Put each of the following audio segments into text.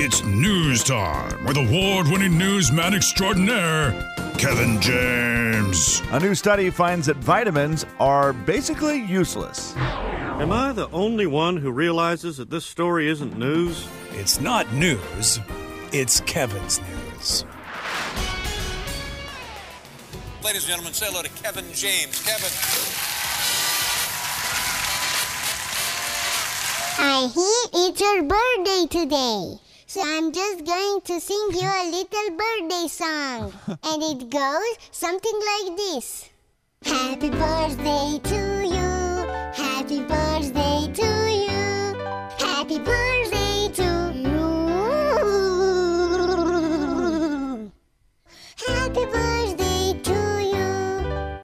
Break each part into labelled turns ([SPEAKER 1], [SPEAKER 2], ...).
[SPEAKER 1] It's news time with award winning newsman extraordinaire, Kevin James.
[SPEAKER 2] A new study finds that vitamins are basically useless.
[SPEAKER 3] Am I the only one who realizes that this story isn't news?
[SPEAKER 4] It's not news, it's Kevin's news.
[SPEAKER 5] Ladies and gentlemen, say hello to Kevin James. Kevin.
[SPEAKER 6] I hear it's your birthday today. So I'm just going to sing you a little birthday song. And it goes something like this Happy birthday to you. Happy birthday to you. Happy birthday to you. Happy birthday to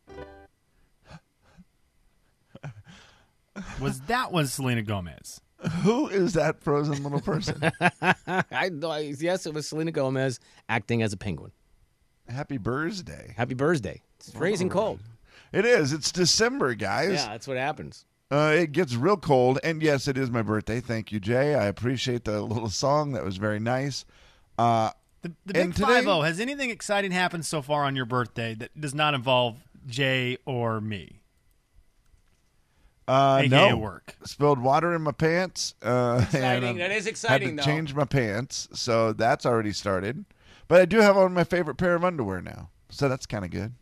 [SPEAKER 6] you.
[SPEAKER 7] Was that was Selena Gomez?
[SPEAKER 2] Who is that frozen little person?
[SPEAKER 8] I, I- yes, it was Selena Gomez acting as a penguin.
[SPEAKER 2] Happy birthday.
[SPEAKER 8] Happy birthday. It's freezing cold.
[SPEAKER 2] It is. It's December, guys.
[SPEAKER 8] Yeah, that's what happens.
[SPEAKER 2] Uh, it gets real cold. And yes, it is my birthday. Thank you, Jay. I appreciate the little song. That was very nice. Uh,
[SPEAKER 7] The, the
[SPEAKER 2] And
[SPEAKER 7] big
[SPEAKER 2] today-
[SPEAKER 7] five zero. Has anything exciting happened so far on your birthday that does not involve Jay or me?
[SPEAKER 2] uh,
[SPEAKER 7] AKA
[SPEAKER 2] no.
[SPEAKER 7] work.
[SPEAKER 2] Spilled water in my pants. Uh, and, um,
[SPEAKER 8] Exciting. That is
[SPEAKER 2] had
[SPEAKER 8] exciting,
[SPEAKER 2] to
[SPEAKER 8] though.
[SPEAKER 2] change my pants, so that's already started. But I do have on my favorite pair of underwear now, so that's kind of good.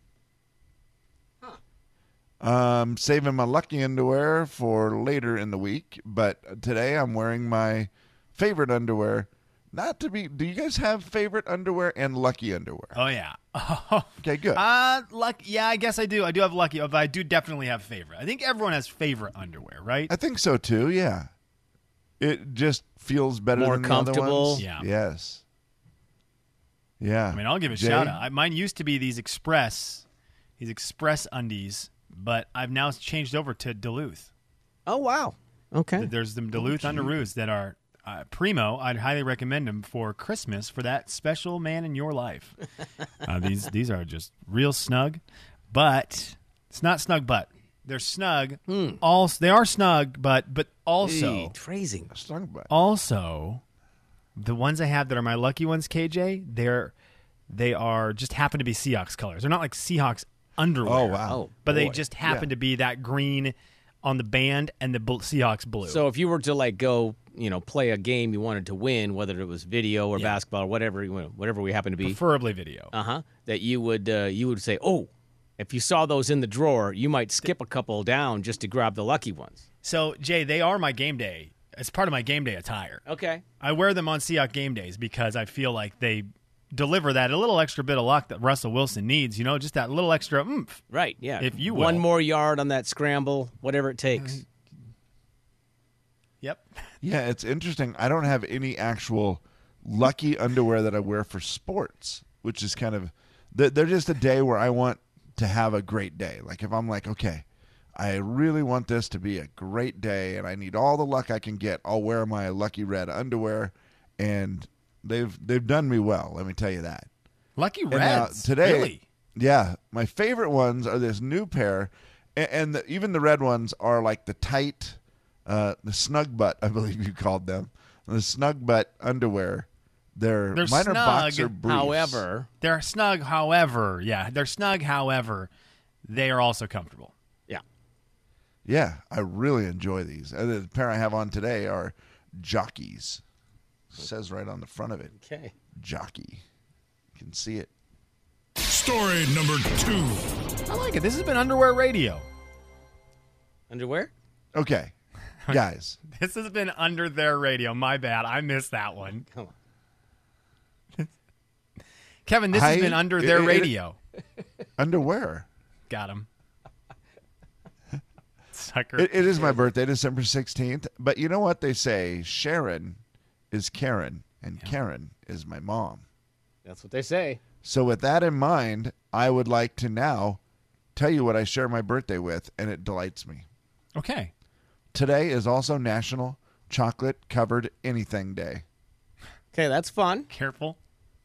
[SPEAKER 2] Um, saving my lucky underwear for later in the week, but today I'm wearing my favorite underwear. Not to be. Do you guys have favorite underwear and lucky underwear?
[SPEAKER 7] Oh yeah. Oh.
[SPEAKER 2] Okay, good.
[SPEAKER 7] Uh, luck. Yeah, I guess I do. I do have lucky, but I do definitely have favorite. I think everyone has favorite underwear, right?
[SPEAKER 2] I think so too. Yeah, it just feels better.
[SPEAKER 8] More
[SPEAKER 2] than The other
[SPEAKER 8] comfortable.
[SPEAKER 2] ones.
[SPEAKER 7] Yeah.
[SPEAKER 2] Yes. Yeah.
[SPEAKER 7] I mean, I'll give it a
[SPEAKER 2] Jay?
[SPEAKER 7] shout out. I, mine used to be these Express, these Express undies, but I've now changed over to Duluth.
[SPEAKER 8] Oh, wow. Okay.
[SPEAKER 7] There's them Duluth underoos that are uh, primo. I'd highly recommend them for Christmas for that special man in your life. uh, these these are just real snug, but it's not snug, but they're snug.
[SPEAKER 8] Hmm.
[SPEAKER 7] Also, they are snug, but but also
[SPEAKER 8] Eat, freezing.
[SPEAKER 2] Stung by-
[SPEAKER 7] also the ones I have that are my lucky ones, KJ, they're they are just happen to be Seahawks colors. They're not like Seahawks underwear.
[SPEAKER 2] Oh wow.
[SPEAKER 8] Oh,
[SPEAKER 7] But they
[SPEAKER 8] boy.
[SPEAKER 7] just happen to be that green on the band and the bl- Seahawks blue.
[SPEAKER 8] So if you were to like go, you know, play a game you wanted to win, whether it was video or basketball or whatever, you know, whatever we happen to be,
[SPEAKER 7] preferably video.
[SPEAKER 8] uh huh, that you would uh, you would say, oh, if you saw those in the drawer, you might skip a couple down just to grab the lucky ones.
[SPEAKER 7] So Jay, they are my game day. It's part of my game day attire.
[SPEAKER 8] Okay.
[SPEAKER 7] I wear them on Seahawk game days because I feel like they deliver that a little extra bit of luck that Russell Wilson needs. You know, just that little extra oomph.
[SPEAKER 8] Right. Yeah.
[SPEAKER 7] If you
[SPEAKER 8] one
[SPEAKER 7] will.
[SPEAKER 8] more yard on that scramble, whatever it takes.
[SPEAKER 7] Yep.
[SPEAKER 2] Yeah, it's interesting. I don't have any actual lucky underwear that I wear for sports, which is kind of they're they're just a day where I want to have a great day. Like if I'm like, okay, I really want this to be a great day, and I need all the luck I can get. I'll wear my lucky red underwear, and they've they've done me well. Let me tell you that.
[SPEAKER 7] Lucky
[SPEAKER 2] And now,
[SPEAKER 7] Reds.
[SPEAKER 2] today,
[SPEAKER 7] Really?
[SPEAKER 2] yeah, my favorite ones are this new pair, and, and the, even the red ones are like the tight, uh, the snug butt, I believe you called them, the snug butt underwear. They're,
[SPEAKER 7] They're
[SPEAKER 2] minor
[SPEAKER 7] snug,
[SPEAKER 2] boxer briefs.
[SPEAKER 8] However,
[SPEAKER 7] They're snug, however, yeah, they're snug, however, they are also comfortable.
[SPEAKER 8] yeah.
[SPEAKER 2] yeah, I really enjoy these. And the pair I have on today are jockeys. says right on the front of it,
[SPEAKER 8] Okay.
[SPEAKER 2] jockey. You can see it.
[SPEAKER 1] Story number two.
[SPEAKER 7] I like it. This has been underwear radio.
[SPEAKER 8] Underwear?
[SPEAKER 2] Okay, guys.
[SPEAKER 7] This has been under their radio. My bad. I missed that one.
[SPEAKER 8] Come on.
[SPEAKER 7] Kevin, this
[SPEAKER 2] I-
[SPEAKER 7] has been under
[SPEAKER 2] it-
[SPEAKER 7] their
[SPEAKER 2] it-
[SPEAKER 7] radio.
[SPEAKER 2] Underwear.
[SPEAKER 7] Got him. Sucker.
[SPEAKER 2] It, it is my birthday, December 16th. But you know what they say? Sharon is Karen, and Karen is my mom.
[SPEAKER 8] That's what they say.
[SPEAKER 2] So, with that in mind, I would like to now tell you what I share my birthday with, and it delights me.
[SPEAKER 7] okay.
[SPEAKER 2] Today is also National Chocolate Covered Anything Day.
[SPEAKER 8] Okay, that's fun.
[SPEAKER 7] Careful.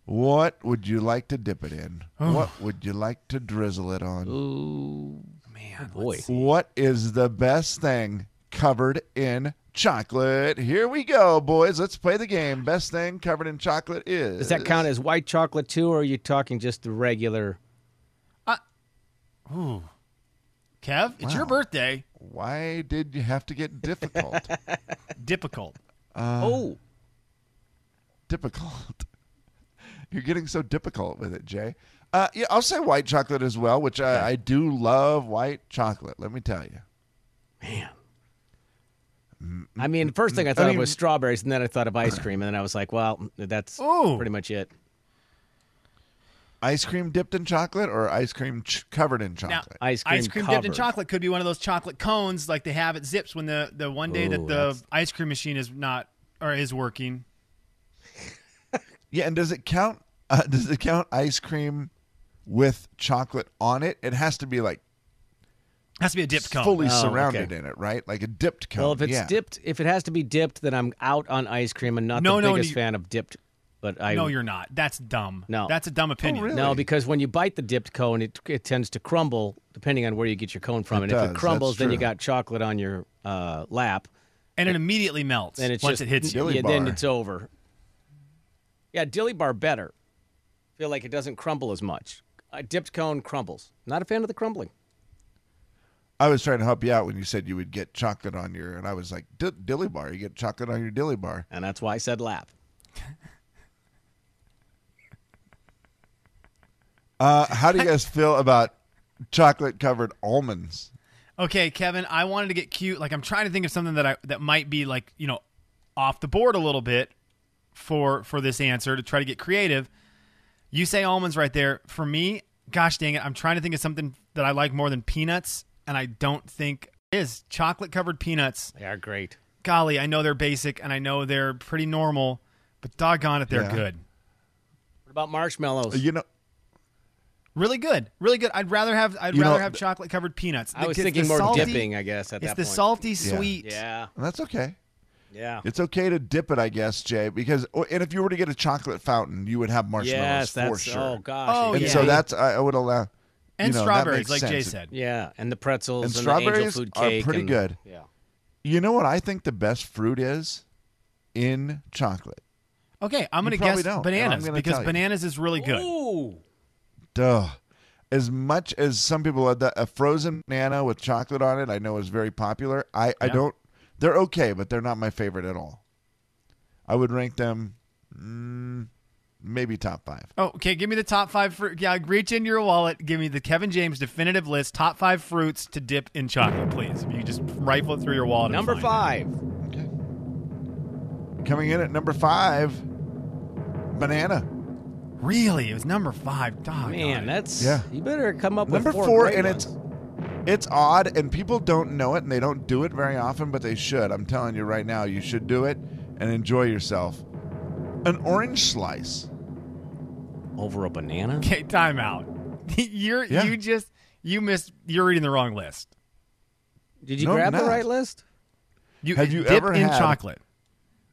[SPEAKER 2] What would you like to dip it in? What would you like to drizzle it on?
[SPEAKER 8] Ooh,
[SPEAKER 7] Man.
[SPEAKER 8] boy.
[SPEAKER 2] What is the best thing covered in chocolate. Here we go, boys. Let's play the game. Best thing covered in chocolate is.
[SPEAKER 8] Does that count as white chocolate too, or are you talking just the regular?
[SPEAKER 7] Kev, it's your birthday.
[SPEAKER 2] Why did you have to get difficult?
[SPEAKER 7] Difficult.
[SPEAKER 8] oh,
[SPEAKER 2] difficult. You're getting so difficult with it, Jay. Uh, yeah, I'll say white chocolate as well, which I, I do love white chocolate. Let me tell you.
[SPEAKER 8] I mean, first thing I thought
[SPEAKER 2] mean-
[SPEAKER 8] of was strawberries, and then I thought of ice cream, and then I was like, well, that's
[SPEAKER 7] Ooh.
[SPEAKER 8] pretty much it.
[SPEAKER 2] Ice cream dipped in chocolate or ice cream ch- covered in
[SPEAKER 7] Now,
[SPEAKER 2] chocolate?
[SPEAKER 8] Ice
[SPEAKER 7] ice
[SPEAKER 8] cream
[SPEAKER 7] cream dipped in
[SPEAKER 8] covered.
[SPEAKER 7] chocolate could be one of those chocolate cones like they have at Zips when the, the one day that
[SPEAKER 8] Ooh,
[SPEAKER 7] the
[SPEAKER 8] that's-
[SPEAKER 7] ice cream machine is not or is working.
[SPEAKER 2] yeah, and does it count? Uh, does it count ice cream with chocolate on it? It has to be like
[SPEAKER 7] Has to be a dipped cone.
[SPEAKER 2] fully
[SPEAKER 8] Oh,
[SPEAKER 2] surrounded
[SPEAKER 8] okay.
[SPEAKER 2] in it, right? Like a dipped cone.
[SPEAKER 8] Well, if it's
[SPEAKER 2] Oh, yeah.
[SPEAKER 8] dipped, if it has to be dipped, then I'm out on ice cream. and not
[SPEAKER 7] No,
[SPEAKER 8] the
[SPEAKER 7] no,
[SPEAKER 8] biggest
[SPEAKER 7] you-
[SPEAKER 8] fan of dipped, but I
[SPEAKER 7] no, you're not. That's dumb.
[SPEAKER 8] No.
[SPEAKER 7] That's a dumb opinion.
[SPEAKER 2] Oh, really?
[SPEAKER 8] No, because when you bite the dipped cone, it, it tends to crumble depending on where you get your cone from.
[SPEAKER 2] It
[SPEAKER 8] and
[SPEAKER 2] does,
[SPEAKER 8] if it
[SPEAKER 2] that's
[SPEAKER 8] crumbles, then you
[SPEAKER 2] true.
[SPEAKER 8] got chocolate on your uh, lap,
[SPEAKER 7] And it immediately melts
[SPEAKER 8] and it's
[SPEAKER 7] once
[SPEAKER 8] just
[SPEAKER 7] it hits you.
[SPEAKER 2] Dilly
[SPEAKER 8] yeah, then
[SPEAKER 2] bar.
[SPEAKER 8] it's over. Yeah, dilly bar better. Feel like it doesn't crumble as much. A dipped cone crumbles. Not a fan of the crumbling.
[SPEAKER 2] I was trying to help you out when you said you would get chocolate on your, and I was like, "Di- dilly bar. You get chocolate on your dilly bar.
[SPEAKER 8] And that's why I said lap.
[SPEAKER 2] Uh, how do you guys feel about chocolate covered almonds?
[SPEAKER 7] Okay, Kevin, I wanted to get cute. Like I'm trying to think of something that I that might be like, you know, off the board a little bit for for this answer to try to get creative. You say almonds right there. For me, gosh dang it, I'm trying to think of something that I like more than peanuts and I don't think it is chocolate covered peanuts.
[SPEAKER 8] They are great.
[SPEAKER 7] Golly, I know they're basic and I know they're pretty normal, but doggone it, they're
[SPEAKER 2] Yeah.
[SPEAKER 7] good.
[SPEAKER 8] What about marshmallows?
[SPEAKER 2] Uh, You know,
[SPEAKER 7] Really good. Really good. I'd rather have I'd
[SPEAKER 2] You know,
[SPEAKER 7] rather have chocolate covered peanuts.
[SPEAKER 8] I was
[SPEAKER 7] It's the
[SPEAKER 8] thinking more
[SPEAKER 7] salty-
[SPEAKER 8] dipping, I guess, at
[SPEAKER 7] It's
[SPEAKER 8] that
[SPEAKER 7] the
[SPEAKER 8] point.
[SPEAKER 7] salty sweet.
[SPEAKER 8] Yeah,
[SPEAKER 2] that's okay.
[SPEAKER 8] yeah.
[SPEAKER 2] It's okay to dip it, I guess, Jay, because or- and if you were to get a chocolate fountain, you would have marshmallows
[SPEAKER 8] Yes,
[SPEAKER 2] for
[SPEAKER 8] that's
[SPEAKER 2] sure.
[SPEAKER 8] oh gosh.
[SPEAKER 7] Oh,
[SPEAKER 2] and
[SPEAKER 7] yeah.
[SPEAKER 2] so that's I, I would allow. you
[SPEAKER 7] And
[SPEAKER 2] know, that
[SPEAKER 7] strawberries,
[SPEAKER 2] makes
[SPEAKER 7] like Jay
[SPEAKER 2] sense.
[SPEAKER 7] said.
[SPEAKER 8] Yeah, and the
[SPEAKER 2] And
[SPEAKER 8] pretzels and, the angel
[SPEAKER 2] strawberries
[SPEAKER 8] food
[SPEAKER 2] are
[SPEAKER 8] cake
[SPEAKER 2] pretty
[SPEAKER 8] and-
[SPEAKER 2] good.
[SPEAKER 8] Yeah.
[SPEAKER 2] You know what I think the best fruit is in chocolate.
[SPEAKER 7] Okay, I'm
[SPEAKER 2] You
[SPEAKER 7] going
[SPEAKER 2] probably
[SPEAKER 7] to guess
[SPEAKER 2] don't, and I'm
[SPEAKER 7] bananas
[SPEAKER 2] gonna
[SPEAKER 7] because
[SPEAKER 2] tell you.
[SPEAKER 7] bananas is really good.
[SPEAKER 8] Ooh.
[SPEAKER 2] Duh. As much as some people love that, a frozen banana with chocolate on it, I know is very popular. I, I
[SPEAKER 7] Yeah.
[SPEAKER 2] don't. They're okay, but they're not my favorite at all. I would rank them mm, maybe top five.
[SPEAKER 7] Oh, okay, give me the top five fruit. Yeah, reach into your wallet. Give me the Kevin James definitive list top five fruits to dip in chocolate, please. If you just rifle it through your wallet. and
[SPEAKER 8] Number
[SPEAKER 7] find it.
[SPEAKER 8] five.
[SPEAKER 2] Coming in at number five, banana.
[SPEAKER 7] Really, it was number five. Dog
[SPEAKER 8] Man, that's
[SPEAKER 2] Yeah.
[SPEAKER 8] you better come up
[SPEAKER 2] Number
[SPEAKER 8] with four,
[SPEAKER 2] four,
[SPEAKER 8] great
[SPEAKER 2] and
[SPEAKER 8] ones.
[SPEAKER 2] it's it's odd, and people don't know it, and they don't do it very often, but they should. I'm telling you right now, you should do it and enjoy yourself. An orange slice.
[SPEAKER 8] over a banana.
[SPEAKER 7] Okay, timeout. You're
[SPEAKER 2] Yeah.
[SPEAKER 7] you just you missed. You're reading the wrong list.
[SPEAKER 8] Did you
[SPEAKER 2] No,
[SPEAKER 8] grab the
[SPEAKER 2] not.
[SPEAKER 8] right list?
[SPEAKER 7] You
[SPEAKER 2] Have you
[SPEAKER 7] dip
[SPEAKER 2] ever
[SPEAKER 7] in
[SPEAKER 2] had-
[SPEAKER 7] chocolate?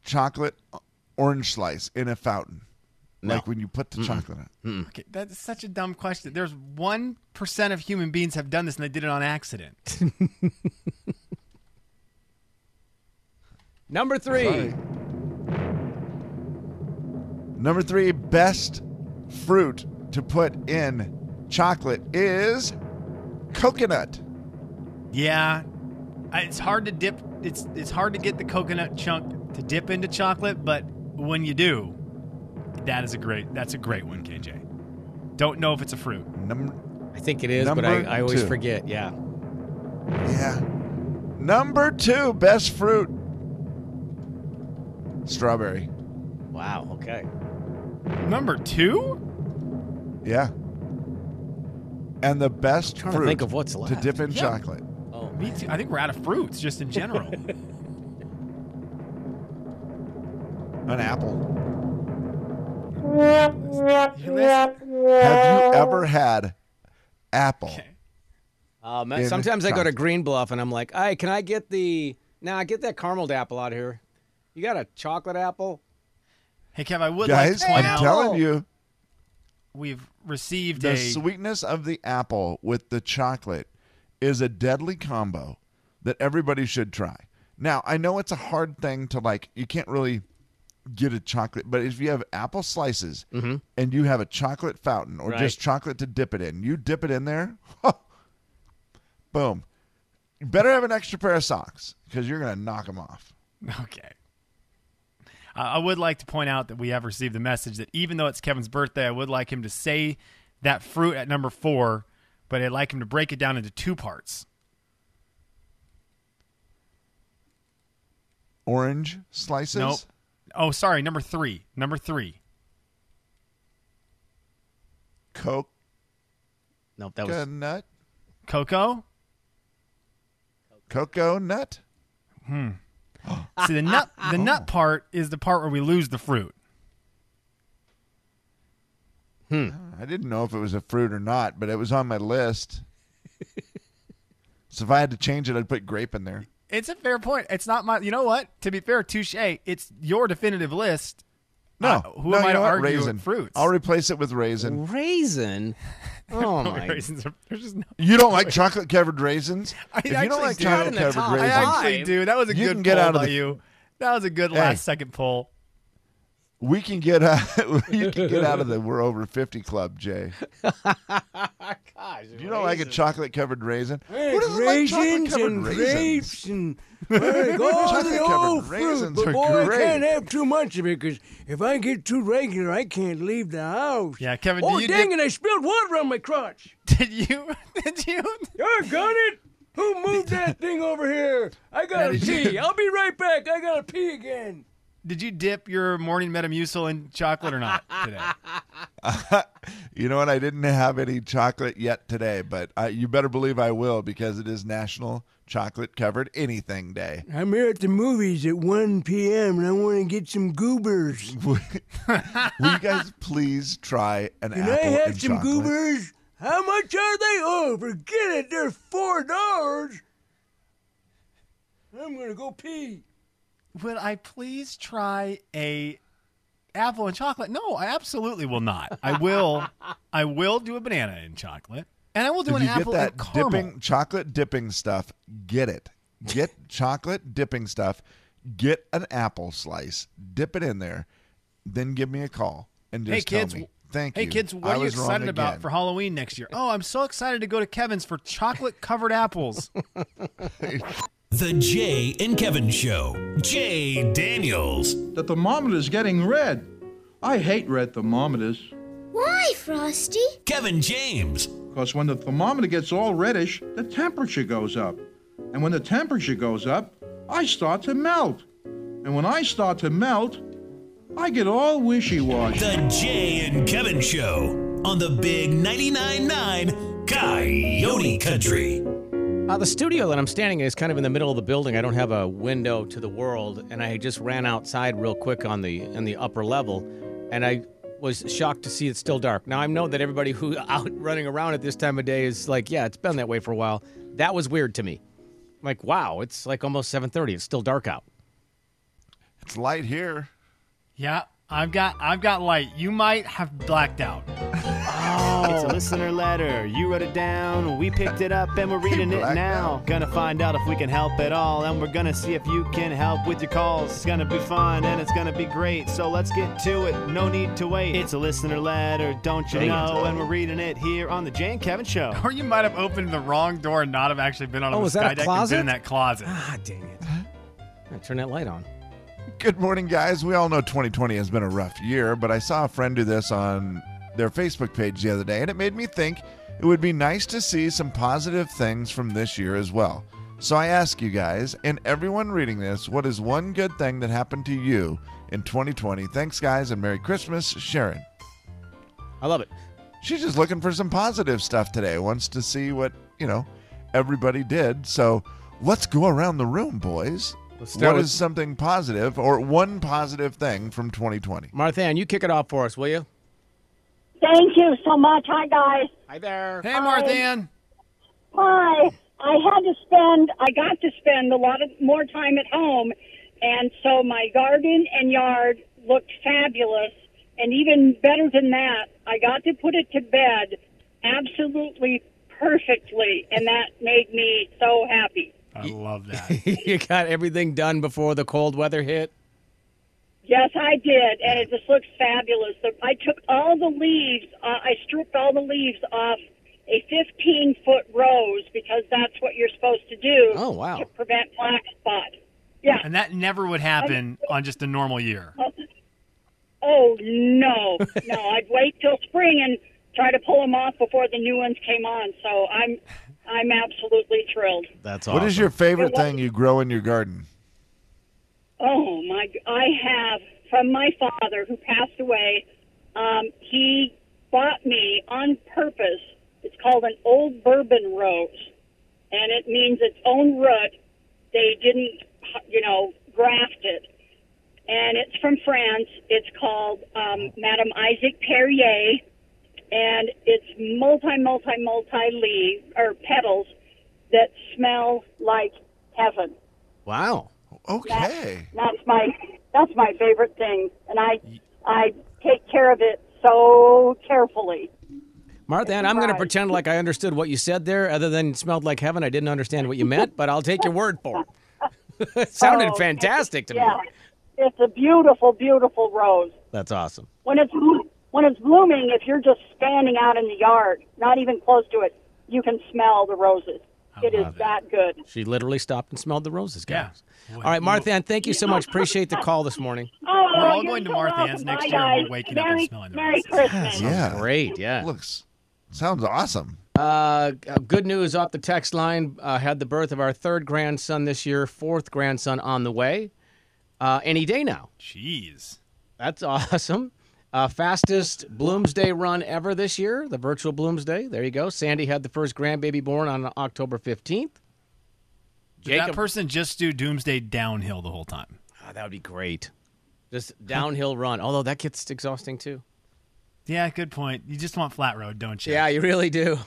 [SPEAKER 2] chocolate orange slice in a fountain. Like when you put the chocolate in.
[SPEAKER 7] Okay, that's such a dumb question. There's one percent of human beings have done this, and they did it on accident.
[SPEAKER 8] Number three.
[SPEAKER 2] Sorry.
[SPEAKER 8] Mm.
[SPEAKER 2] Number three, best fruit to put in chocolate is coconut.
[SPEAKER 7] Yeah, I, it's hard to dip. It's it's hard to get the coconut chunk to dip into chocolate, but when you do, that is a great. That's a great one, KJ. Don't know if it's a fruit.
[SPEAKER 2] Number
[SPEAKER 8] I think it is, but I,
[SPEAKER 2] Number
[SPEAKER 8] I always
[SPEAKER 2] two.
[SPEAKER 8] forget. Yeah.
[SPEAKER 2] yeah. Number two, best fruit. Strawberry.
[SPEAKER 8] Wow. Okay.
[SPEAKER 7] Number two.
[SPEAKER 2] Yeah. And the best
[SPEAKER 8] trying to
[SPEAKER 2] fruit
[SPEAKER 8] think of what's
[SPEAKER 2] to
[SPEAKER 8] left.
[SPEAKER 2] dip in
[SPEAKER 7] Yeah.
[SPEAKER 2] chocolate.
[SPEAKER 8] Oh,
[SPEAKER 7] Me too. I think we're out of fruits just in general.
[SPEAKER 2] An apple.
[SPEAKER 7] Listen,
[SPEAKER 2] Have you ever had apple?
[SPEAKER 8] um,
[SPEAKER 2] In
[SPEAKER 8] sometimes I go to
[SPEAKER 2] chocolate.
[SPEAKER 8] Green Bluff and I'm like, "Hey, can I get the now? get that caramel apple out here. You got a chocolate apple?
[SPEAKER 7] hey Kev, I would
[SPEAKER 2] Guys,
[SPEAKER 7] like to point
[SPEAKER 2] I'm
[SPEAKER 7] out
[SPEAKER 2] telling you,
[SPEAKER 7] we've received
[SPEAKER 2] the
[SPEAKER 7] a
[SPEAKER 2] sweetness of the apple with the chocolate is a deadly combo that everybody should try. Now, I know it's a hard thing to like, you can't really get a chocolate, but if you have apple slices and you have a chocolate fountain or
[SPEAKER 8] Right.
[SPEAKER 2] just chocolate to dip it in, you dip it in there, boom. You better have an extra pair of socks because you're going to knock them off.
[SPEAKER 7] Okay. I I would like to point out that we have received the message that even though it's Kevin's birthday, I would like him to say that fruit at number four, but I'd like him to break it down into two parts.
[SPEAKER 2] Orange slices?
[SPEAKER 7] Nope. Oh, sorry. Number three. Number three.
[SPEAKER 2] Coke
[SPEAKER 8] Nope, that was
[SPEAKER 2] nut?
[SPEAKER 7] Cocoa.
[SPEAKER 2] Cocoa nut?
[SPEAKER 7] See the nut. The nut part is the part where we lose the fruit.
[SPEAKER 2] I didn't know if it was a fruit or not, but it was on my list. so if I had to change it, I'd put grape in there.
[SPEAKER 7] It's a fair point. It's not my. You know what? To be fair, touche. It's your definitive list.
[SPEAKER 2] No,
[SPEAKER 7] Uh, who
[SPEAKER 2] Oh. no,
[SPEAKER 7] am
[SPEAKER 2] you
[SPEAKER 7] I to
[SPEAKER 2] know what?
[SPEAKER 7] argue with
[SPEAKER 2] Raisin.
[SPEAKER 7] fruits?
[SPEAKER 2] I'll replace it with raisin.
[SPEAKER 8] raisin. Oh my!
[SPEAKER 7] Raisins are- there's just no-
[SPEAKER 2] You don't like chocolate covered raisins?
[SPEAKER 7] I
[SPEAKER 2] if you
[SPEAKER 7] actually
[SPEAKER 2] don't like
[SPEAKER 7] do.
[SPEAKER 2] chocolate
[SPEAKER 8] Not in the
[SPEAKER 2] covered
[SPEAKER 8] top
[SPEAKER 7] I
[SPEAKER 2] raisins,
[SPEAKER 8] five.
[SPEAKER 7] actually do. That was a
[SPEAKER 2] You
[SPEAKER 7] good
[SPEAKER 2] can get
[SPEAKER 7] poll
[SPEAKER 2] out of
[SPEAKER 7] by
[SPEAKER 2] the-
[SPEAKER 7] you. That was a good
[SPEAKER 2] Hey.
[SPEAKER 7] last second poll.
[SPEAKER 2] we can get out. you can get out of the we're over fifty club, Jay.
[SPEAKER 8] Gosh,
[SPEAKER 2] You don't like a chocolate covered raisin?
[SPEAKER 9] Hey,
[SPEAKER 2] Who doesn't like chocolate
[SPEAKER 9] raisins
[SPEAKER 2] covered
[SPEAKER 9] and
[SPEAKER 2] raisins?
[SPEAKER 9] grapes and like all
[SPEAKER 2] Chocolate
[SPEAKER 9] the
[SPEAKER 2] covered
[SPEAKER 9] old fruit.
[SPEAKER 2] raisins are
[SPEAKER 9] But boy,
[SPEAKER 2] great.
[SPEAKER 9] I can't have too much of it because if I get too regular, I can't leave the house.
[SPEAKER 7] Yeah, Kevin, do
[SPEAKER 9] Oh,
[SPEAKER 7] you
[SPEAKER 9] dang
[SPEAKER 7] dip-
[SPEAKER 9] it! I spilled water on my crotch.
[SPEAKER 7] Did you? Did you?
[SPEAKER 9] I got it. Who moved that thing over here? I gotta
[SPEAKER 7] did you-
[SPEAKER 9] pee. I'll be right back. I gotta pee again.
[SPEAKER 7] Did you dip your morning Metamucil in chocolate or not today?
[SPEAKER 2] You know what? I didn't have any chocolate yet today, but I, you better believe I will because it is National Chocolate Covered Anything Day.
[SPEAKER 9] I'm here at the movies at 1 p.m. and I want to get some goobers.
[SPEAKER 2] Will you guys please try an
[SPEAKER 9] Can
[SPEAKER 2] apple
[SPEAKER 9] I have
[SPEAKER 2] and
[SPEAKER 9] some
[SPEAKER 2] chocolate?
[SPEAKER 9] goobers? How much are they? Oh, forget it. They're four dollars. I'm gonna go pee.
[SPEAKER 7] Will I please try a apple and chocolate? No, I absolutely will not. I will. I will do a banana and chocolate, and I will do
[SPEAKER 2] If
[SPEAKER 7] an
[SPEAKER 2] you
[SPEAKER 7] apple
[SPEAKER 2] get that
[SPEAKER 7] and caramel.
[SPEAKER 2] dipping chocolate dipping stuff, get it. Get chocolate dipping stuff. Get an apple slice, dip it in there, then give me a call and just
[SPEAKER 7] hey kids,
[SPEAKER 2] tell me. Thank
[SPEAKER 7] hey
[SPEAKER 2] you.
[SPEAKER 7] kids,
[SPEAKER 2] I
[SPEAKER 7] what are you
[SPEAKER 2] was wrong
[SPEAKER 7] excited about
[SPEAKER 2] again."
[SPEAKER 7] for Halloween next year? Oh, I'm so excited to go to Kevin's for chocolate covered apples.
[SPEAKER 4] The Jay and Kevin Show. Jay Daniels.
[SPEAKER 10] The thermometer's getting red. I hate red thermometers,
[SPEAKER 6] Why, Frosty?
[SPEAKER 4] Kevin James.
[SPEAKER 10] because when the thermometer gets all reddish, the temperature goes up. And when the temperature goes up, I start to melt. And when I start to melt, I get all wishy washy.
[SPEAKER 4] The Jay and Kevin Show on the Big 99.9 9 Coyote Country.
[SPEAKER 8] Uh, the studio that I'm standing in is kind of in the middle of the building. I don't have a window to the world, and I just ran outside real quick on the on the upper level, and I was shocked to see it's still dark. Now I know that everybody who out running around at this time of day is like, yeah, it's been that way for a while. That was weird to me. Like, wow, it's like almost 7:30. It's still dark out.
[SPEAKER 2] It's light here.
[SPEAKER 7] Yeah, I've got I've got light. You might have blacked out.
[SPEAKER 11] It's a listener letter. You wrote it down. We picked it up and we're reading it
[SPEAKER 2] Blacked
[SPEAKER 11] now.
[SPEAKER 2] out.
[SPEAKER 11] Gonna find out if we can help at all. And we're gonna see if you can help with your calls. It's gonna be fun and it's gonna be great. So let's get to it. No need to wait. It's a listener letter, don't you know? And we're reading it here on the Jay and Kevin Show.
[SPEAKER 7] Or you might have opened the wrong door and not have actually been on
[SPEAKER 8] Oh,
[SPEAKER 7] a
[SPEAKER 8] is
[SPEAKER 7] sky
[SPEAKER 8] that a
[SPEAKER 7] deck
[SPEAKER 8] closet?
[SPEAKER 7] and been in that closet.
[SPEAKER 8] Ah, dang it! Yeah, Turn that light on.
[SPEAKER 2] Good morning, guys. We all know 2020 has been a rough year, but I saw a friend do this on their Facebook page the other day, and it made me think it would be nice to see some positive things from this year as well. So I ask you guys and everyone reading this, what is one good thing that happened to you in 2020? Thanks, guys, and Merry Christmas, Sharon.
[SPEAKER 8] I love it.
[SPEAKER 2] She's just looking for some positive stuff today, wants to see what, you know, everybody did. So let's go around the room, boys.
[SPEAKER 8] Let's start
[SPEAKER 2] What
[SPEAKER 8] with-
[SPEAKER 2] is something positive or one positive thing from 2020?
[SPEAKER 8] Martha Ann, you kick it off for us, will you?
[SPEAKER 12] Thank you so much. Hi, guys.
[SPEAKER 8] Hi there.
[SPEAKER 11] Oh.
[SPEAKER 7] Hey, Martha Ann.
[SPEAKER 12] Hi. I had to spend, I got to spend a lot of more time at home, and so my garden and yard looked fabulous. And even better than that, I got to put it to bed absolutely perfectly, and that made me so happy.
[SPEAKER 7] I love that.
[SPEAKER 8] you got everything done before the cold weather hit.
[SPEAKER 12] Yes, I did, and it just looks fabulous. The- I took all the leaves, uh, I stripped all the leaves off a 15 foot rose because that's what you're supposed to do.
[SPEAKER 7] Oh, wow.
[SPEAKER 12] To prevent black spot. Yeah.
[SPEAKER 7] And that never would happen on just a normal year.
[SPEAKER 12] Oh no, no! I'd wait till spring and try to pull them off before the new ones came on. So I'm, I'm absolutely thrilled.
[SPEAKER 8] That's
[SPEAKER 2] What is your favorite thing you grow in your garden?
[SPEAKER 12] Oh my! g- I have from my father who passed away. Um, he bought me on purpose. It's called an old bourbon rose, and it means its own root. They didn't, you know, graft it, and it's from France. It's called um, Madame Isaac Perrier, and it's multi, multi, multi leaf or petals that smell like heaven.
[SPEAKER 8] Wow.
[SPEAKER 2] Okay.
[SPEAKER 12] That's my that's my favorite thing, and I I take care of it so carefully.
[SPEAKER 8] Martha, Ann, I'm going to pretend like I understood what you said there, other than it smelled like heaven. I didn't understand what you meant, but I'll take your word for it. it sounded
[SPEAKER 12] Oh,
[SPEAKER 8] fantastic to
[SPEAKER 12] yeah,
[SPEAKER 8] me.
[SPEAKER 12] it's a beautiful, beautiful rose.
[SPEAKER 8] That's awesome.
[SPEAKER 12] When it's when it's blooming, if you're just standing out in the yard, not even close to it, you can smell the roses. It is that good.
[SPEAKER 8] She literally stopped and smelled the roses, guys. All right, Martha, Ann, thank you so much. Appreciate the call this morning.
[SPEAKER 12] Oh,
[SPEAKER 7] We're all
[SPEAKER 12] you're
[SPEAKER 7] going to
[SPEAKER 12] so
[SPEAKER 7] Martha
[SPEAKER 12] welcome.
[SPEAKER 7] Ann's next
[SPEAKER 12] Bye,
[SPEAKER 7] year and we're
[SPEAKER 12] guys.
[SPEAKER 7] waking up
[SPEAKER 12] Merry,
[SPEAKER 7] and smelling the
[SPEAKER 12] Merry Christmas.
[SPEAKER 8] Sounds Great. Yeah.
[SPEAKER 2] Looks sounds awesome.
[SPEAKER 8] Uh, g- uh, good news off the text line. Uh, had the birth of our third grandson this year, fourth grandson on the way. Uh, any day now.
[SPEAKER 7] Jeez.
[SPEAKER 8] That's awesome. Uh, fastest Bloomsday run ever this year, the virtual Bloomsday. There you go. Sandy had the first grandbaby born on October 15th.
[SPEAKER 7] Did that person just do Doomsday downhill the whole time?
[SPEAKER 8] Oh, that would be great. Just downhill run, although that gets exhausting too.
[SPEAKER 7] Yeah, good point. You just want flat road, don't you?
[SPEAKER 8] Yeah, you really do.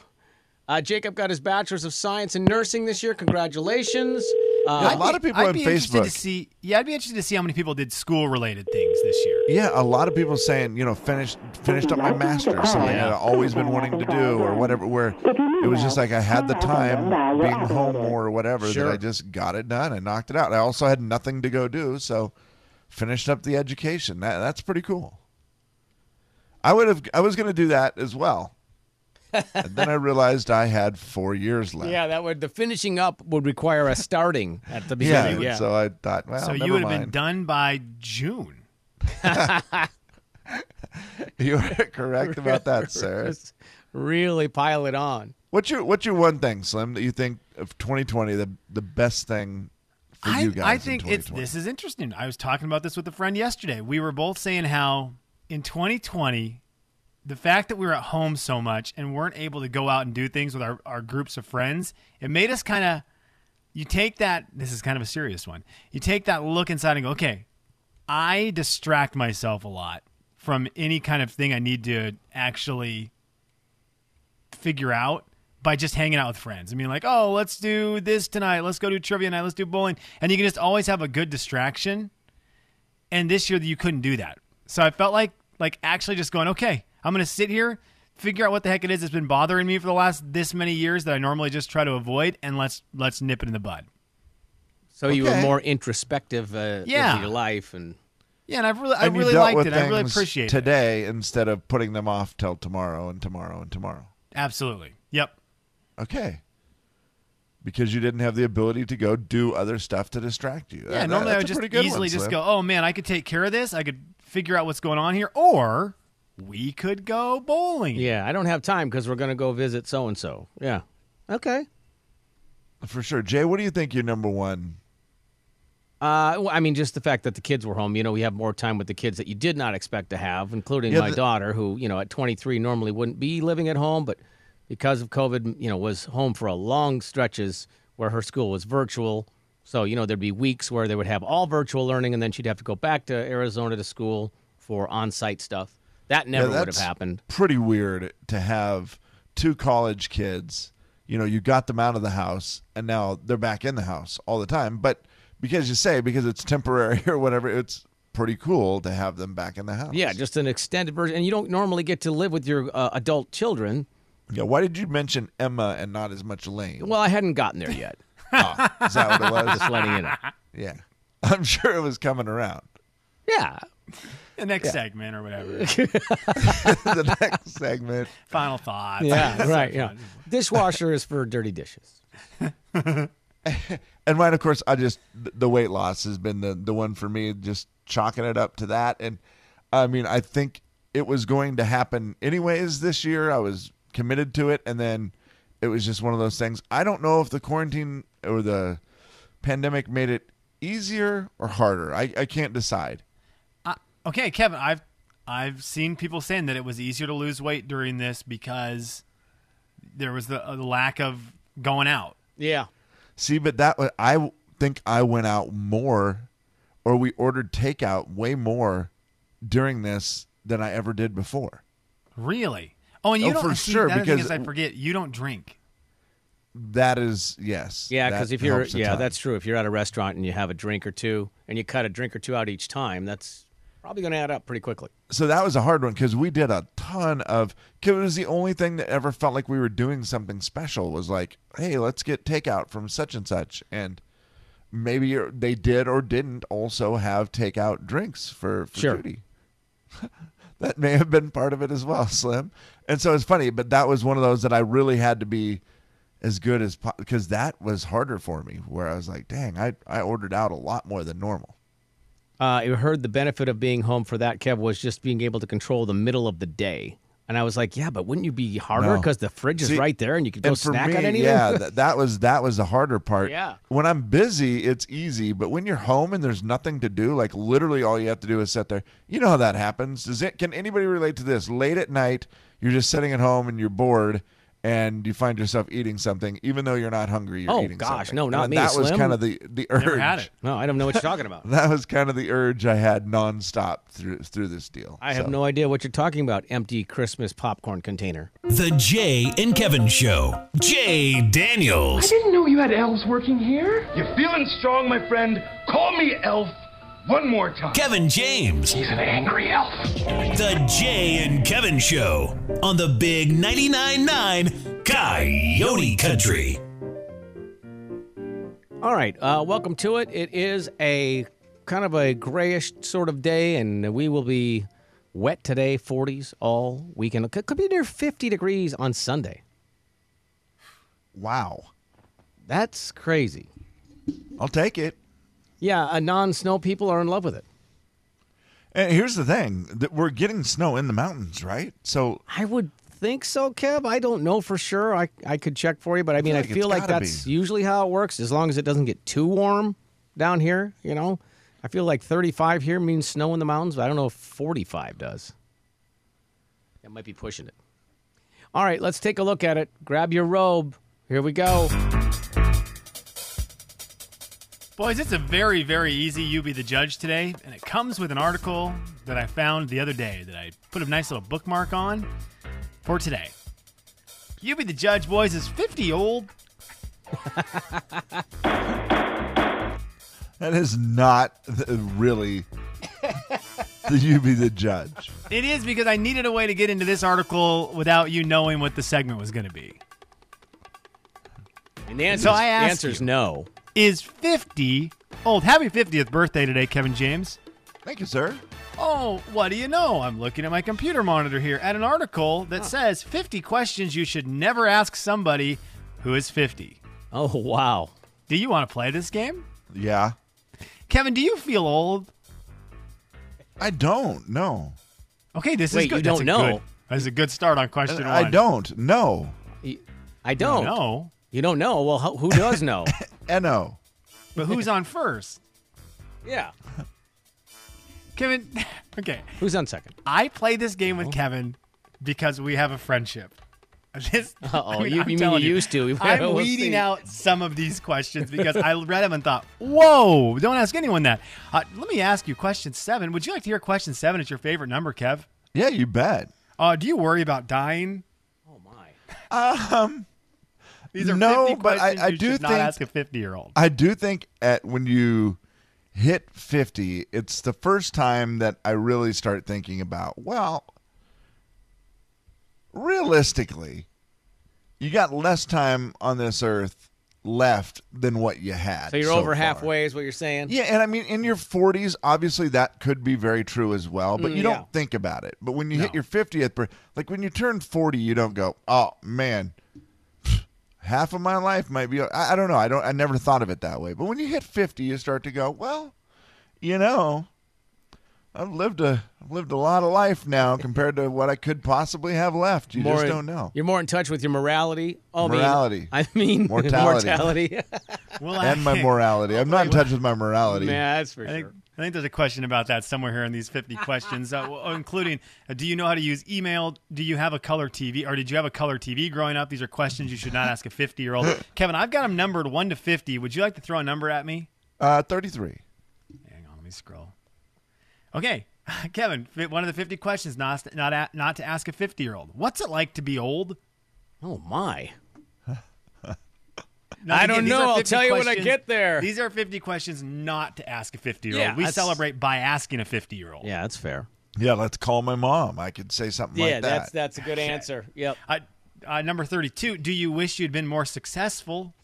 [SPEAKER 8] Uh, Jacob got his bachelor's of science in nursing this year. Congratulations. Uh,
[SPEAKER 2] Yeah, a lot of people
[SPEAKER 7] I'd
[SPEAKER 2] on
[SPEAKER 7] be interested to
[SPEAKER 2] Facebook.
[SPEAKER 7] see. Yeah, I'd be interested to see how many people did school-related things this year.
[SPEAKER 2] Yeah, a lot of people saying, you know, finished finished up my master, something that I've always been wanting to do or whatever where it was just like I had the time being home more or whatever
[SPEAKER 8] Sure.
[SPEAKER 2] that I just got it done and knocked it out. I also had nothing to go do, so finished up the education. That, that's pretty cool. I would have I was going to do that as well. and then I realized I had 4 years left.
[SPEAKER 8] yeah, that would the finishing up would require a starting at the
[SPEAKER 2] Yeah,
[SPEAKER 8] beginning. Yeah.
[SPEAKER 2] so I thought, well,
[SPEAKER 7] so
[SPEAKER 2] never
[SPEAKER 7] you would have
[SPEAKER 2] mind.
[SPEAKER 7] been done by June.
[SPEAKER 2] You are correct about that, sir.
[SPEAKER 8] Just really pile it on.
[SPEAKER 2] What's your what's your one thing, Slim, that you think of 2020 the the best thing for
[SPEAKER 7] I,
[SPEAKER 2] you guys?
[SPEAKER 7] I
[SPEAKER 2] in
[SPEAKER 7] think it's
[SPEAKER 2] 2020?
[SPEAKER 7] this is interesting. I was talking about this with a friend yesterday. We were both saying how in 2020, the fact that we were at home so much and weren't able to go out and do things with our, our groups of friends, it made us kind of you take that this is kind of a serious one. You take that look inside and go, okay, I distract myself a lot from any kind of thing I need to actually figure out by just hanging out with friends. I mean, like, oh, let's do this tonight. Let's go do trivia night. Let's do bowling. And you can just always have a good distraction. And this year, you couldn't do that. So I felt like, like actually just going, okay, I'm going to sit here, figure out what the heck it is that's been bothering me for the last this many years that I normally just try to avoid, and let's let's nip it in the bud.
[SPEAKER 8] So you were
[SPEAKER 7] Okay.
[SPEAKER 8] more introspective uh,
[SPEAKER 7] Yeah.
[SPEAKER 8] into your life and
[SPEAKER 7] Yeah, and I've really, I
[SPEAKER 2] And you
[SPEAKER 7] really
[SPEAKER 2] dealt
[SPEAKER 7] liked
[SPEAKER 2] with
[SPEAKER 7] it. I really
[SPEAKER 2] things
[SPEAKER 7] appreciate it.
[SPEAKER 2] today instead of putting them off till tomorrow and tomorrow and tomorrow.
[SPEAKER 7] Absolutely. Yep.
[SPEAKER 2] Okay. Because you didn't have the ability to go do other stuff to distract you.
[SPEAKER 7] Yeah,
[SPEAKER 2] That-
[SPEAKER 7] normally I
[SPEAKER 2] that's
[SPEAKER 7] would
[SPEAKER 2] a
[SPEAKER 7] just
[SPEAKER 2] pretty good
[SPEAKER 7] easily
[SPEAKER 2] one,
[SPEAKER 7] just
[SPEAKER 2] Slim.
[SPEAKER 7] go, oh man, I could take care of this. I could figure out what's going on here, or we could go bowling.
[SPEAKER 8] Yeah, I don't have time because we're going to go visit so and so. Yeah. Okay.
[SPEAKER 2] for sure. Jay, what do you think your number one?
[SPEAKER 8] Uh, well, I mean, just the fact that the kids were home. You know, we have more time with the kids that you did not expect to have, including
[SPEAKER 2] Yeah,
[SPEAKER 8] my
[SPEAKER 2] the-
[SPEAKER 8] daughter, who you know at 23 normally wouldn't be living at home, but because of COVID, you know, was home for a long stretches where her school was virtual. So you know, there'd be weeks where they would have all virtual learning, and then she'd have to go back to Arizona to school for on-site stuff. That never
[SPEAKER 2] Yeah,
[SPEAKER 8] would have
[SPEAKER 2] that's
[SPEAKER 8] happened.
[SPEAKER 2] Pretty weird to have two college kids. You know, you got them out of the house and now they're back in the house all the time. But because you say because it's temporary or whatever, it's pretty cool to have them back in the house.
[SPEAKER 8] Yeah, just an extended version, and you don't normally get to live with your uh, adult children.
[SPEAKER 2] Yeah, why did you mention Emma and not as much Lane?
[SPEAKER 8] Well, I hadn't gotten there yet.
[SPEAKER 2] Oh, is that what it was?
[SPEAKER 8] Just letting you know.
[SPEAKER 2] Yeah. I'm sure it was coming around.
[SPEAKER 8] Yeah.
[SPEAKER 7] The next
[SPEAKER 2] Yeah.
[SPEAKER 7] segment or whatever.
[SPEAKER 2] the next segment.
[SPEAKER 7] Final thoughts.
[SPEAKER 8] Yeah, right. Yeah. Dishwasher is for dirty dishes.
[SPEAKER 2] And mine, of course, I just th- the weight loss has been the the one for me. Just chalking it up to that, and I mean, I think it was going to happen anyways this year. I was committed to it, and then it was just one of those things. I don't know if the quarantine or the pandemic made it easier or harder. I, I can't decide.
[SPEAKER 7] Uh, okay, Kevin, I've I've seen people saying that it was easier to lose weight during this because there was the uh, lack of going out.
[SPEAKER 8] Yeah.
[SPEAKER 2] See, but that wa- I w- think I went out more, or we ordered takeout way more during this than I ever did before.
[SPEAKER 7] Really? Oh, and you
[SPEAKER 2] Oh,
[SPEAKER 7] don't
[SPEAKER 2] for
[SPEAKER 7] see,
[SPEAKER 2] sure,
[SPEAKER 7] the other thing
[SPEAKER 2] because-
[SPEAKER 7] is I forget you don't drink.
[SPEAKER 2] That is yes.
[SPEAKER 8] Yeah,
[SPEAKER 2] that
[SPEAKER 8] because if you're
[SPEAKER 2] helps a
[SPEAKER 8] yeah,
[SPEAKER 2] ton.
[SPEAKER 8] that's true. If you're at a restaurant and you have a drink or two and you cut a drink or two out each time, that's probably going to add up pretty quickly.
[SPEAKER 2] so that was a hard one because we did a ton of. 'cause it was the only thing that ever felt like we were doing something special. Was like, hey, let's get takeout from such and such, and maybe you're- they did or didn't also have takeout drinks for, for
[SPEAKER 8] Sure.
[SPEAKER 2] Judy. that may have been part of it as well, Slim. And so it's funny, but that was one of those that I really had to be as good as because that was harder for me. Where I was like, dang, I I ordered out a lot more than normal.
[SPEAKER 8] Uh, I heard the benefit of being home for that, Kev, was just being able to control the middle of the day. And I was like, yeah, but wouldn't you be harder
[SPEAKER 2] No.
[SPEAKER 8] because the fridge is
[SPEAKER 2] See,
[SPEAKER 8] right there and you could go
[SPEAKER 2] and for
[SPEAKER 8] snack
[SPEAKER 2] me,
[SPEAKER 8] on anything?
[SPEAKER 2] Yeah, that, that was that was the harder part.
[SPEAKER 8] Yeah.
[SPEAKER 2] When I'm busy, it's easy, but when you're home and there's nothing to do, like literally all you have to do is sit there. You know how that happens. Does it? Can anybody relate to this? Late at night, you're just sitting at home and you're bored. And you find yourself eating something, even though you're not hungry. You're
[SPEAKER 8] Oh,
[SPEAKER 2] eating
[SPEAKER 8] gosh,
[SPEAKER 2] something.
[SPEAKER 8] no, not
[SPEAKER 2] And
[SPEAKER 8] me,
[SPEAKER 2] That was
[SPEAKER 8] Slim.
[SPEAKER 2] kind of the the urge.
[SPEAKER 8] Never had it. No, I don't know what you're talking about.
[SPEAKER 2] That was kind of the urge I had nonstop through through this deal.
[SPEAKER 8] I have
[SPEAKER 2] So-
[SPEAKER 8] no idea what you're talking about. Empty Christmas popcorn container.
[SPEAKER 4] The Jay and Kevin Show. Jay Daniels.
[SPEAKER 13] didn't know you had elves working here. You're feeling strong, my friend. Call me elf one more time.
[SPEAKER 4] Kevin James. He's
[SPEAKER 13] an angry elf.
[SPEAKER 4] The Jay and Kevin Show on the Big 99.9 9 Coyote Country.
[SPEAKER 8] All right, uh, welcome to it. It is a kind of a grayish sort of day, and we will be wet today, 40s all weekend. It could- could be near 50 degrees on Sunday.
[SPEAKER 2] Wow.
[SPEAKER 8] That's crazy.
[SPEAKER 2] I'll take it.
[SPEAKER 8] Yeah, uh, non snow people are in love with it.
[SPEAKER 2] And here's the thing: that we're getting snow in the mountains, right? So
[SPEAKER 8] I would think so, Kev. I don't know for sure. I, I could check for you, but I mean, I
[SPEAKER 2] like it's
[SPEAKER 8] feel like,
[SPEAKER 2] gotta
[SPEAKER 8] that's usually how it works as long as it doesn't get too warm down here, you know? I feel like 35 here means snow in the mountains, but I don't know if 45 does. That might be pushing it. All right, let's take a look at it. Grab your robe. Here we go.
[SPEAKER 7] Boys, it's a very, very easy You Be the Judge today, and it comes with an article that I found the other day that I put a nice little bookmark on for today. You Be the Judge, boys, is 50 old.
[SPEAKER 2] That is not the, really the you be the judge.
[SPEAKER 7] It is because I needed a way to get into this article without you knowing what the segment was going to be.
[SPEAKER 8] And the answer,
[SPEAKER 7] So
[SPEAKER 8] is,
[SPEAKER 7] I
[SPEAKER 8] the
[SPEAKER 7] ask
[SPEAKER 8] answer is
[SPEAKER 7] you.
[SPEAKER 8] no.
[SPEAKER 7] Is 50 old? Happy 50th birthday today, Kevin James.
[SPEAKER 2] Thank you, sir.
[SPEAKER 7] Oh, what do you know? I'm looking at my computer monitor here at an article that says 50 questions you should never ask somebody who is 50.
[SPEAKER 8] Oh, wow.
[SPEAKER 7] Do you want to play this game?
[SPEAKER 2] Yeah,
[SPEAKER 7] Kevin, do you feel old?
[SPEAKER 2] I don't know.
[SPEAKER 7] Okay, this
[SPEAKER 8] Wait,
[SPEAKER 7] is good.
[SPEAKER 8] you
[SPEAKER 7] That's
[SPEAKER 8] don't
[SPEAKER 7] a
[SPEAKER 8] know?
[SPEAKER 7] Good, that's a good start on question one.
[SPEAKER 2] I don't know.
[SPEAKER 8] I don't.
[SPEAKER 7] know.
[SPEAKER 8] You don't know? Well, who who does know?
[SPEAKER 2] No.
[SPEAKER 7] But who's on first?
[SPEAKER 8] yeah.
[SPEAKER 7] Kevin, okay.
[SPEAKER 8] Who's on second?
[SPEAKER 7] I play this game with Kevin because we have a friendship. This,
[SPEAKER 8] Uh-oh,
[SPEAKER 7] I mean,
[SPEAKER 8] you-
[SPEAKER 7] I'm
[SPEAKER 8] you mean
[SPEAKER 7] telling
[SPEAKER 8] you used to.
[SPEAKER 7] I'm
[SPEAKER 8] We'll
[SPEAKER 7] weeding
[SPEAKER 8] see.
[SPEAKER 7] out some of these questions because I read them and thought, whoa, don't ask anyone that. Uh, let me ask you question seven. Would you like to hear question seven? It's your favorite number, Kev.
[SPEAKER 2] Yeah, you bet.
[SPEAKER 7] Uh, do you worry about dying?
[SPEAKER 8] Oh,
[SPEAKER 2] Um,
[SPEAKER 7] These are
[SPEAKER 2] No,
[SPEAKER 7] 50
[SPEAKER 2] but I-
[SPEAKER 7] questions
[SPEAKER 2] I
[SPEAKER 7] you
[SPEAKER 2] do
[SPEAKER 7] should not
[SPEAKER 2] think-
[SPEAKER 7] ask a 50 year old.
[SPEAKER 2] I do think at when you hit fifty, it's the first time that I really start thinking about. Well, realistically, you got less time on this earth left than what you had.
[SPEAKER 8] So you're over
[SPEAKER 2] far.
[SPEAKER 8] halfway, is what you're saying?
[SPEAKER 2] Yeah, and I mean, in your 40s, obviously that could be very true as well, but
[SPEAKER 8] Mm,
[SPEAKER 2] you
[SPEAKER 8] yeah.
[SPEAKER 2] don't think about it. But when you hit your 50th, bir- like when you turn 40, you don't go, oh man, half of my life might be. I, I don't know. I don't. I never thought of it that way. But when you hit 50, you start to go, well, you know, I've lived a I've lived a lot of life now compared to what I could possibly have left. You just
[SPEAKER 8] in-
[SPEAKER 2] don't know.
[SPEAKER 8] You're more in touch with your morality. Oh,
[SPEAKER 2] Morality.
[SPEAKER 8] I mean,
[SPEAKER 2] Mortality.
[SPEAKER 8] mortality.
[SPEAKER 7] Well,
[SPEAKER 2] and my morality. I'm not in touch with my morality.
[SPEAKER 7] I think, I think there's a question about that somewhere here in these 50 questions, uh, well, including uh, do you know how to use email? Do you have a color TV or did you have a color TV growing up? These are questions you should not ask a 50 year old. Kevin, I've got them numbered 1 to 50. Would you like to throw a number at me?
[SPEAKER 2] Uh, 33.
[SPEAKER 7] Let me scroll. Okay, Kevin, fi- one of the 50 questions not, not, a, not to ask a 50 year old. What's it like to be old?
[SPEAKER 8] Oh, my.
[SPEAKER 7] Now,
[SPEAKER 8] I don't
[SPEAKER 7] these
[SPEAKER 8] know.
[SPEAKER 7] are
[SPEAKER 8] I'll
[SPEAKER 7] 50
[SPEAKER 8] tell you when I
[SPEAKER 7] questions-
[SPEAKER 8] get there.
[SPEAKER 7] These are 50 questions not to ask a 50 year
[SPEAKER 8] Yeah,
[SPEAKER 7] old. We
[SPEAKER 8] that's-
[SPEAKER 7] celebrate by asking a 50 year old.
[SPEAKER 8] Yeah, that's fair.
[SPEAKER 2] Yeah, let's call my mom. I could say something
[SPEAKER 8] yeah,
[SPEAKER 2] like that.
[SPEAKER 8] that's that's a good answer. Yep.
[SPEAKER 7] I, uh, number 32, do you wish you'd been more successful?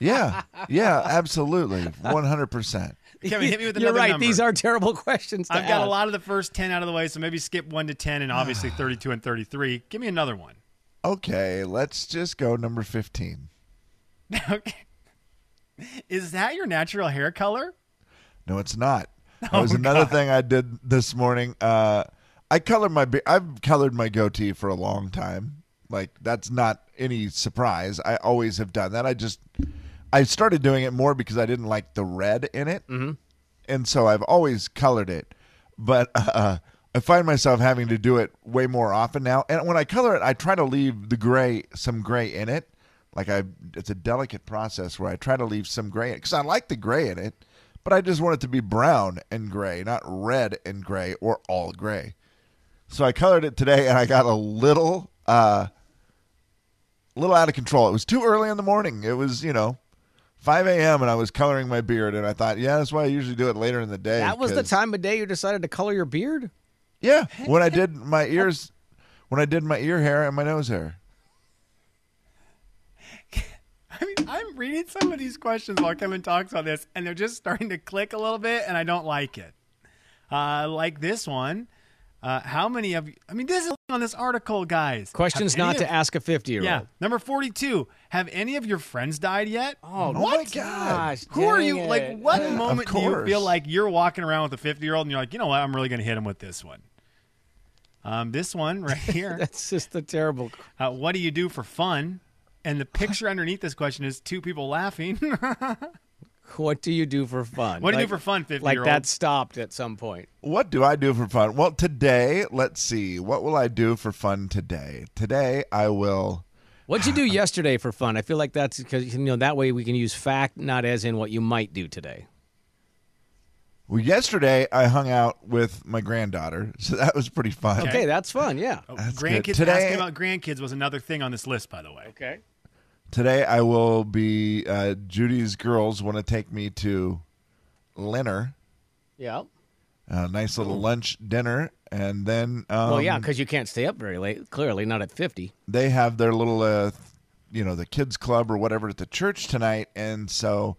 [SPEAKER 2] yeah, yeah, absolutely, one hundred percent.
[SPEAKER 7] Kevin, hit me with
[SPEAKER 8] You're
[SPEAKER 7] another
[SPEAKER 8] right.
[SPEAKER 7] number.
[SPEAKER 8] These are terrible questions. To
[SPEAKER 7] I've got a
[SPEAKER 8] ask.
[SPEAKER 7] lot of the first 10 out of the way, so maybe skip 1 to 10 and obviously 32 and 33. Give me another one.
[SPEAKER 2] Okay, let's just go number fifteen.
[SPEAKER 7] Is that your natural hair color?
[SPEAKER 2] No, it's not. That was another thing I did this morning. Uh, I colored my be- I've colored my goatee for a long time. Like that's not any surprise. I always have done that. I just I started doing it more because I didn't like the red in it, mm-hmm. and so I've always colored it. But uh, I find myself having to do it way more often now. And when I color it, I try to leave the gray some gray in it. Like I, it's a delicate process where I try to leave some gray because I like the gray in it, but I just want it to be brown and gray, not red and gray or all gray. So I colored it today, and I got a little, uh, little out of control. It was too early in the morning. It was you know, five a.m. and I was coloring my beard, and I thought, yeah, that's why I usually do it later in the day.
[SPEAKER 8] That was the
[SPEAKER 2] 'cause-
[SPEAKER 8] time of day you decided to color your beard.
[SPEAKER 2] Yeah, when I did my ears, when I did my ear hair and my nose hair.
[SPEAKER 7] I mean, I'm reading some of these questions while Kevin talks on this, and they're just starting to click a little bit, and I don't like it. Uh, like this one. Uh, how many of you? I mean, this is on this article, guys.
[SPEAKER 8] Questions
[SPEAKER 7] Have any
[SPEAKER 8] not to
[SPEAKER 7] of-
[SPEAKER 8] ask a 50 year
[SPEAKER 7] Yeah,
[SPEAKER 8] old.
[SPEAKER 7] number forty-two. Have any of your friends died yet?
[SPEAKER 8] Oh,
[SPEAKER 7] what?
[SPEAKER 8] my gosh,
[SPEAKER 7] Who are
[SPEAKER 8] dang
[SPEAKER 7] you?
[SPEAKER 8] it.
[SPEAKER 7] Like, what
[SPEAKER 8] Of
[SPEAKER 7] moment do you
[SPEAKER 8] course.
[SPEAKER 7] feel like you're walking around with a fifty-year-old, and you're like, you know what? I'm really going to hit him with this one. Um, this one right here.
[SPEAKER 8] That's just a terrible.
[SPEAKER 7] Uh, what do you do for fun? And the picture underneath this question is two people laughing.
[SPEAKER 8] What do you do for fun?
[SPEAKER 7] What do you do for fun, 50
[SPEAKER 8] Like
[SPEAKER 7] year old?
[SPEAKER 8] that stopped at some point.
[SPEAKER 2] What do I do for fun? Well, today, let's see. What will I do for fun today? Today, I will.
[SPEAKER 8] What'd you do yesterday for fun? I feel like that's because you know that way we can use fact, not as in what you might do today.
[SPEAKER 2] Well, yesterday I hung out with my granddaughter, so that was pretty fun.
[SPEAKER 8] Okay, that's fun. Yeah.
[SPEAKER 7] Oh.
[SPEAKER 2] That's good.
[SPEAKER 7] grandkids
[SPEAKER 2] Today-
[SPEAKER 7] asking about grandkids was another thing on this list, by the way.
[SPEAKER 8] Okay.
[SPEAKER 2] Today, I will be. Uh, Judy's girls want to take me to Leonard.
[SPEAKER 8] Yeah.
[SPEAKER 2] A nice little lunch dinner, and then. Um,
[SPEAKER 8] well, yeah, because you can't stay up very late. Clearly, not at fifty.
[SPEAKER 2] they have their little uh, you know the kids club or whatever at the church tonight and so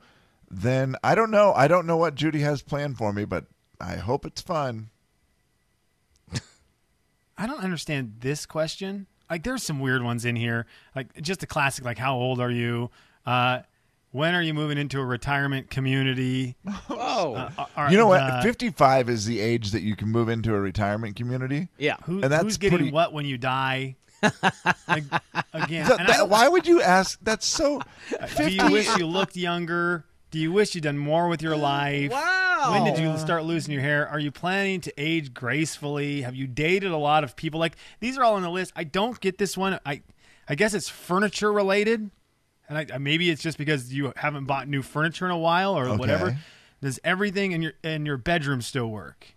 [SPEAKER 2] then i don't know i don't know what judy has planned for me but i hope it's fun
[SPEAKER 7] I don't understand this question. Like, there's some weird ones in here. Like, just a classic, like, how old are you? Uh, when are you moving into a retirement community?
[SPEAKER 8] Oh,
[SPEAKER 7] Uh,
[SPEAKER 2] you know what 55 is the age that you can move into a retirement community
[SPEAKER 8] yeah.
[SPEAKER 7] Who,
[SPEAKER 2] And that's
[SPEAKER 7] who's getting
[SPEAKER 2] pretty-
[SPEAKER 7] what when you die? like, again,
[SPEAKER 2] Th-
[SPEAKER 7] and I
[SPEAKER 2] that-
[SPEAKER 7] don't-
[SPEAKER 2] why would you ask that's so
[SPEAKER 7] do
[SPEAKER 2] 50
[SPEAKER 7] you wish you looked younger? Do you wish you'd done more with your life?
[SPEAKER 8] Wow.
[SPEAKER 7] When did you start losing your hair? Are you planning to age gracefully? Have you dated a lot of people? Like these are all on the list. I don't get this one. I, I guess it's furniture related, and I, I- maybe it's just because you haven't bought new furniture in a while or whatever.
[SPEAKER 2] Okay.
[SPEAKER 7] Does everything in your in your bedroom still work?